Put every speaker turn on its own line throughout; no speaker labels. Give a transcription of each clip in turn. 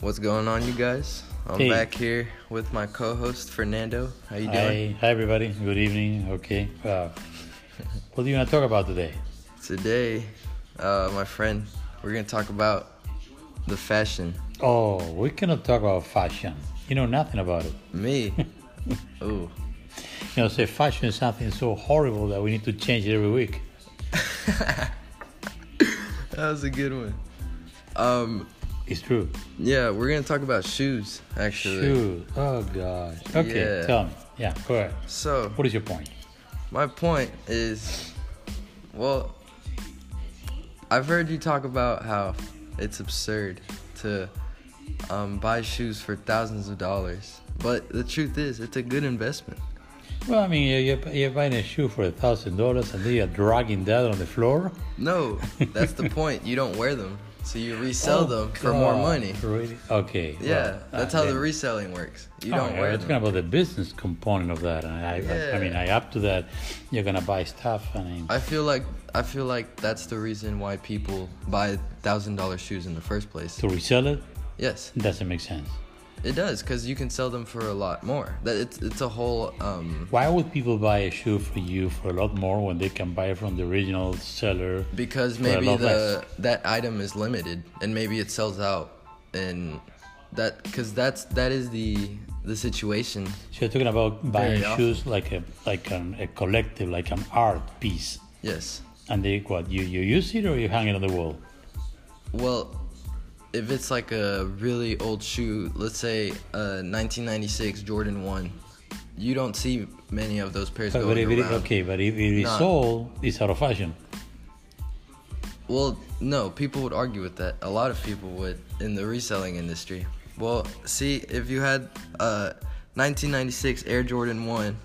What's going on, you guys? I'm
Hey.
back here with my co-host Fernando. How you doing?
Hi, hi everybody. Good evening. Okay. Uh, what do you want to talk about today?
Today, uh, my friend, we're gonna talk about the fashion.
Oh, we cannot talk about fashion. You know nothing about it.
Me. Ooh.
You know, say fashion is something so horrible that we need to change it every week.
That was a good one. Um,
It's true.
yeah, we're gonna talk about shoes, actually.
Shoot. Oh gosh. Okay.
Yeah.
Tell me. Yeah. Go ahead.
So
What is your point?
my point is, well, I've heard you talk about how it's absurd to um, buy shoes for thousands of dollars, but the truth is, it's a good investment.
Well, I mean, you're, you're- you're buying a shoe for a thousand dollars, and then you're dragging that on the floor.
No, that's the point. You don't wear them, so you resell
Oh,
them for more
God.
money.
Really? Okay.
Yeah,
well,
that's
uh,
how
then-
the reselling works. You
Oh,
don't
yeah,
wear
it's
them.
gonna about the business component of that. And I, I, I mean, I up to that. You're gonna buy stuff. I mean,
I feel like I feel like that's the reason why people buy thousand dollar shoes in the first place.
to resell it
Yes,
doesn't make sense.
it does because you can sell them for a lot more. That it's it's a whole um
Why would people buy a shoe for you for a lot more when they can buy it from the original seller?
because
a
maybe
lot
the that item is limited and maybe it sells out and that because that's that is the the situation.
So you're talking about buying
Very often.
shoes like a like an, a collective, like an art piece,
Yes.
and they what you you use it or you hang it on the wall?
Well, if it's like a really old shoe, let's say a 1996 Jordan 1, you don't see many of those pairs
But, but
going
if it,
around.
okay, but if it is
No.
sold, it's out of fashion.
Well, no, people would argue with that. A lot of people would in the reselling industry. Well, see, if you had a 1996 Air Jordan 1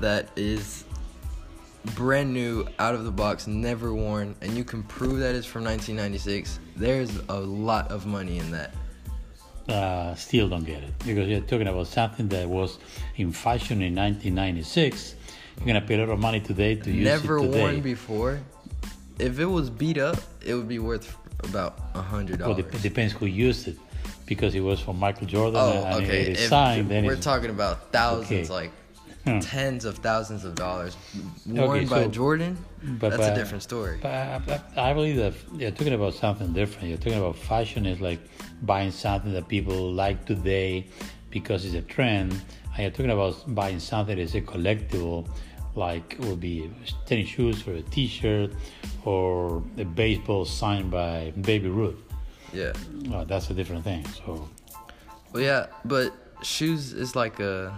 that is brand new, out of the box, never worn, and you can prove that it's from 1996, there's a lot of money in that.
uh, still don't get it because you're talking about something that was in fashion in 1996. You're gonna pay a lot of money today to use
never
it today.
worn before. If it was beat up, it would be worth about a hundred
well,
dollars.
it depends who used it because it was from Michael Jordan
Oh,
and
okay.
it is
If
signed. Then
we're
it's,
talking about thousands,
Okay. Hmm.
like tens of thousands of dollars worn
Okay,
by
so-
Jordan.
but-
that's
but-
a different story.
But I, but I believe that you're talking about something different. You're talking about fashion is like buying something that people like today because it's a trend. And you're talking about buying something that is a collectible, like it would be tennis shoes or a T-shirt or a baseball signed by Baby Ruth.
yeah.
Uh, that's a different thing. So
Well, yeah, but shoes is like a.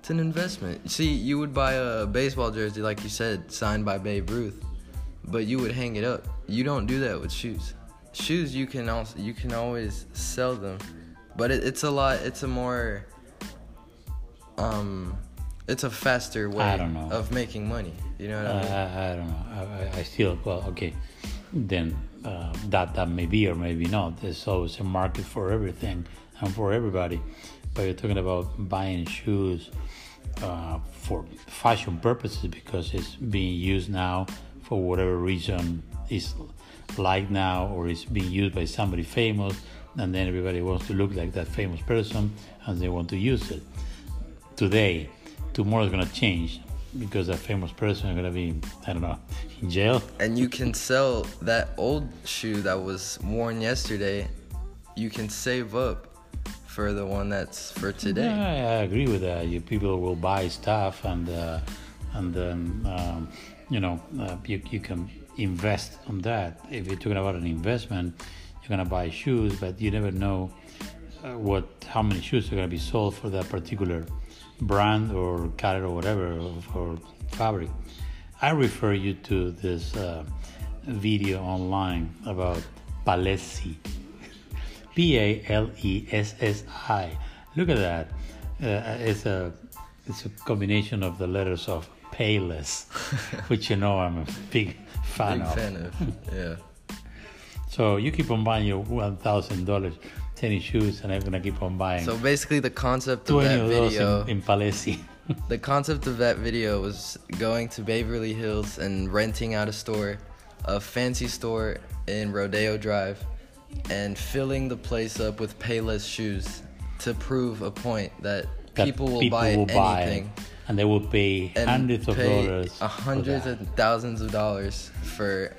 It's an investment. See, you would buy a baseball jersey, like you said, signed by Babe Ruth, but you would hang it up. You don't do that with shoes. Shoes, you can also you can always sell them, but it, it's a lot. It's a more. Um, it's a faster way
I don't know. Uh,
of making money. You know what
I,
I mean?
I, I don't know. I, I- I still well, okay. Then uh, that that may be or maybe not. There's always a market for everything and for everybody. But you're talking about buying shoes uh, for fashion purposes because it's being used now for whatever reason is like now or is being used by somebody famous, and then everybody wants to look like that famous person and they want to use it today, tomorrow is gonna change because that famous person is gonna be, I don't know, in jail.
And you can sell that old shoe that was worn yesterday. You can save up for the one that's for today.
Yeah, I, I agree with that. You people will buy stuff, and uh, and then um, you know uh, you, you can invest on that. If you're talking about an investment, you're gonna buy shoes, but you never know uh, what how many shoes are gonna be sold for that particular brand or color or whatever or, or fabric. I refer you to this uh, video online about Palessi. P A L E S S I. Look at that. Uh, it's a it's a combination of the letters of Payless, which you know I'm a big fan
Big
of.
fan of. Yeah.
So you keep on buying your one thousand dollars tennis shoes, and I'm gonna keep on buying
So basically, the concept of
twenty
that
of those
video,
in, in Palessi.
the concept of that video was going to Beverly Hills and renting out a store, a fancy store in Rodeo Drive, and filling the place up with Payless shoes to prove a point that,
that
people will buy anything.
and they will pay
and
hundreds of
pay
dollars. for
hundreds
that.
and thousands of dollars for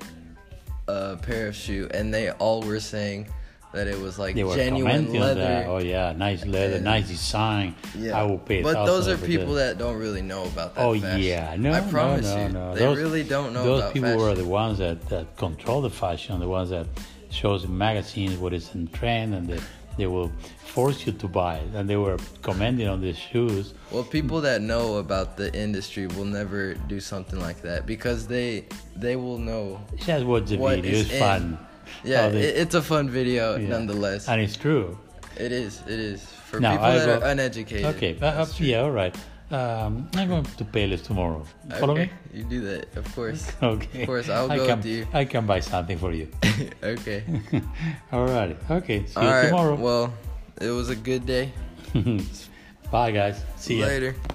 a pair of shoe, and they all were saying that it was like
they were
genuine
commenting on
leather.
that. Oh yeah, nice leather,
and-
nice design.
Yeah,
I will pay.
but those are
$1,000 for
people
this.
that don't really know about that.
Oh
fashion.
yeah, no,
I
no,
promise
no,
you,
no.
they
Those-
really don't know
Those
about
people
fashion.
were the ones that, that control the fashion, the ones that shows in magazines what is in trend, and they, they will force you to buy it. And they were commenting on these shoes.
Well, people that know about the industry will never do something like that because they they will know.
Just watch the
What
video;
is
it's
in.
fun.
Yeah,
How Oh, they-
it, it's a fun video
yeah.
nonetheless.
and it's true.
it is. It is for
Now,
people
I
that
go-
are uneducated.
Okay,
that's
perhaps,
true.
yeah, all right. Um, I'm going to Payless tomorrow. Follow
okay.
me?
You do that, of course.
Okay.
Of course, I'll
I
go
can,
with you.
I can buy something for you.
okay.
all right. Okay, see
All
you
right.
tomorrow.
Well, it was a good day.
Bye, guys. See ya.
Later.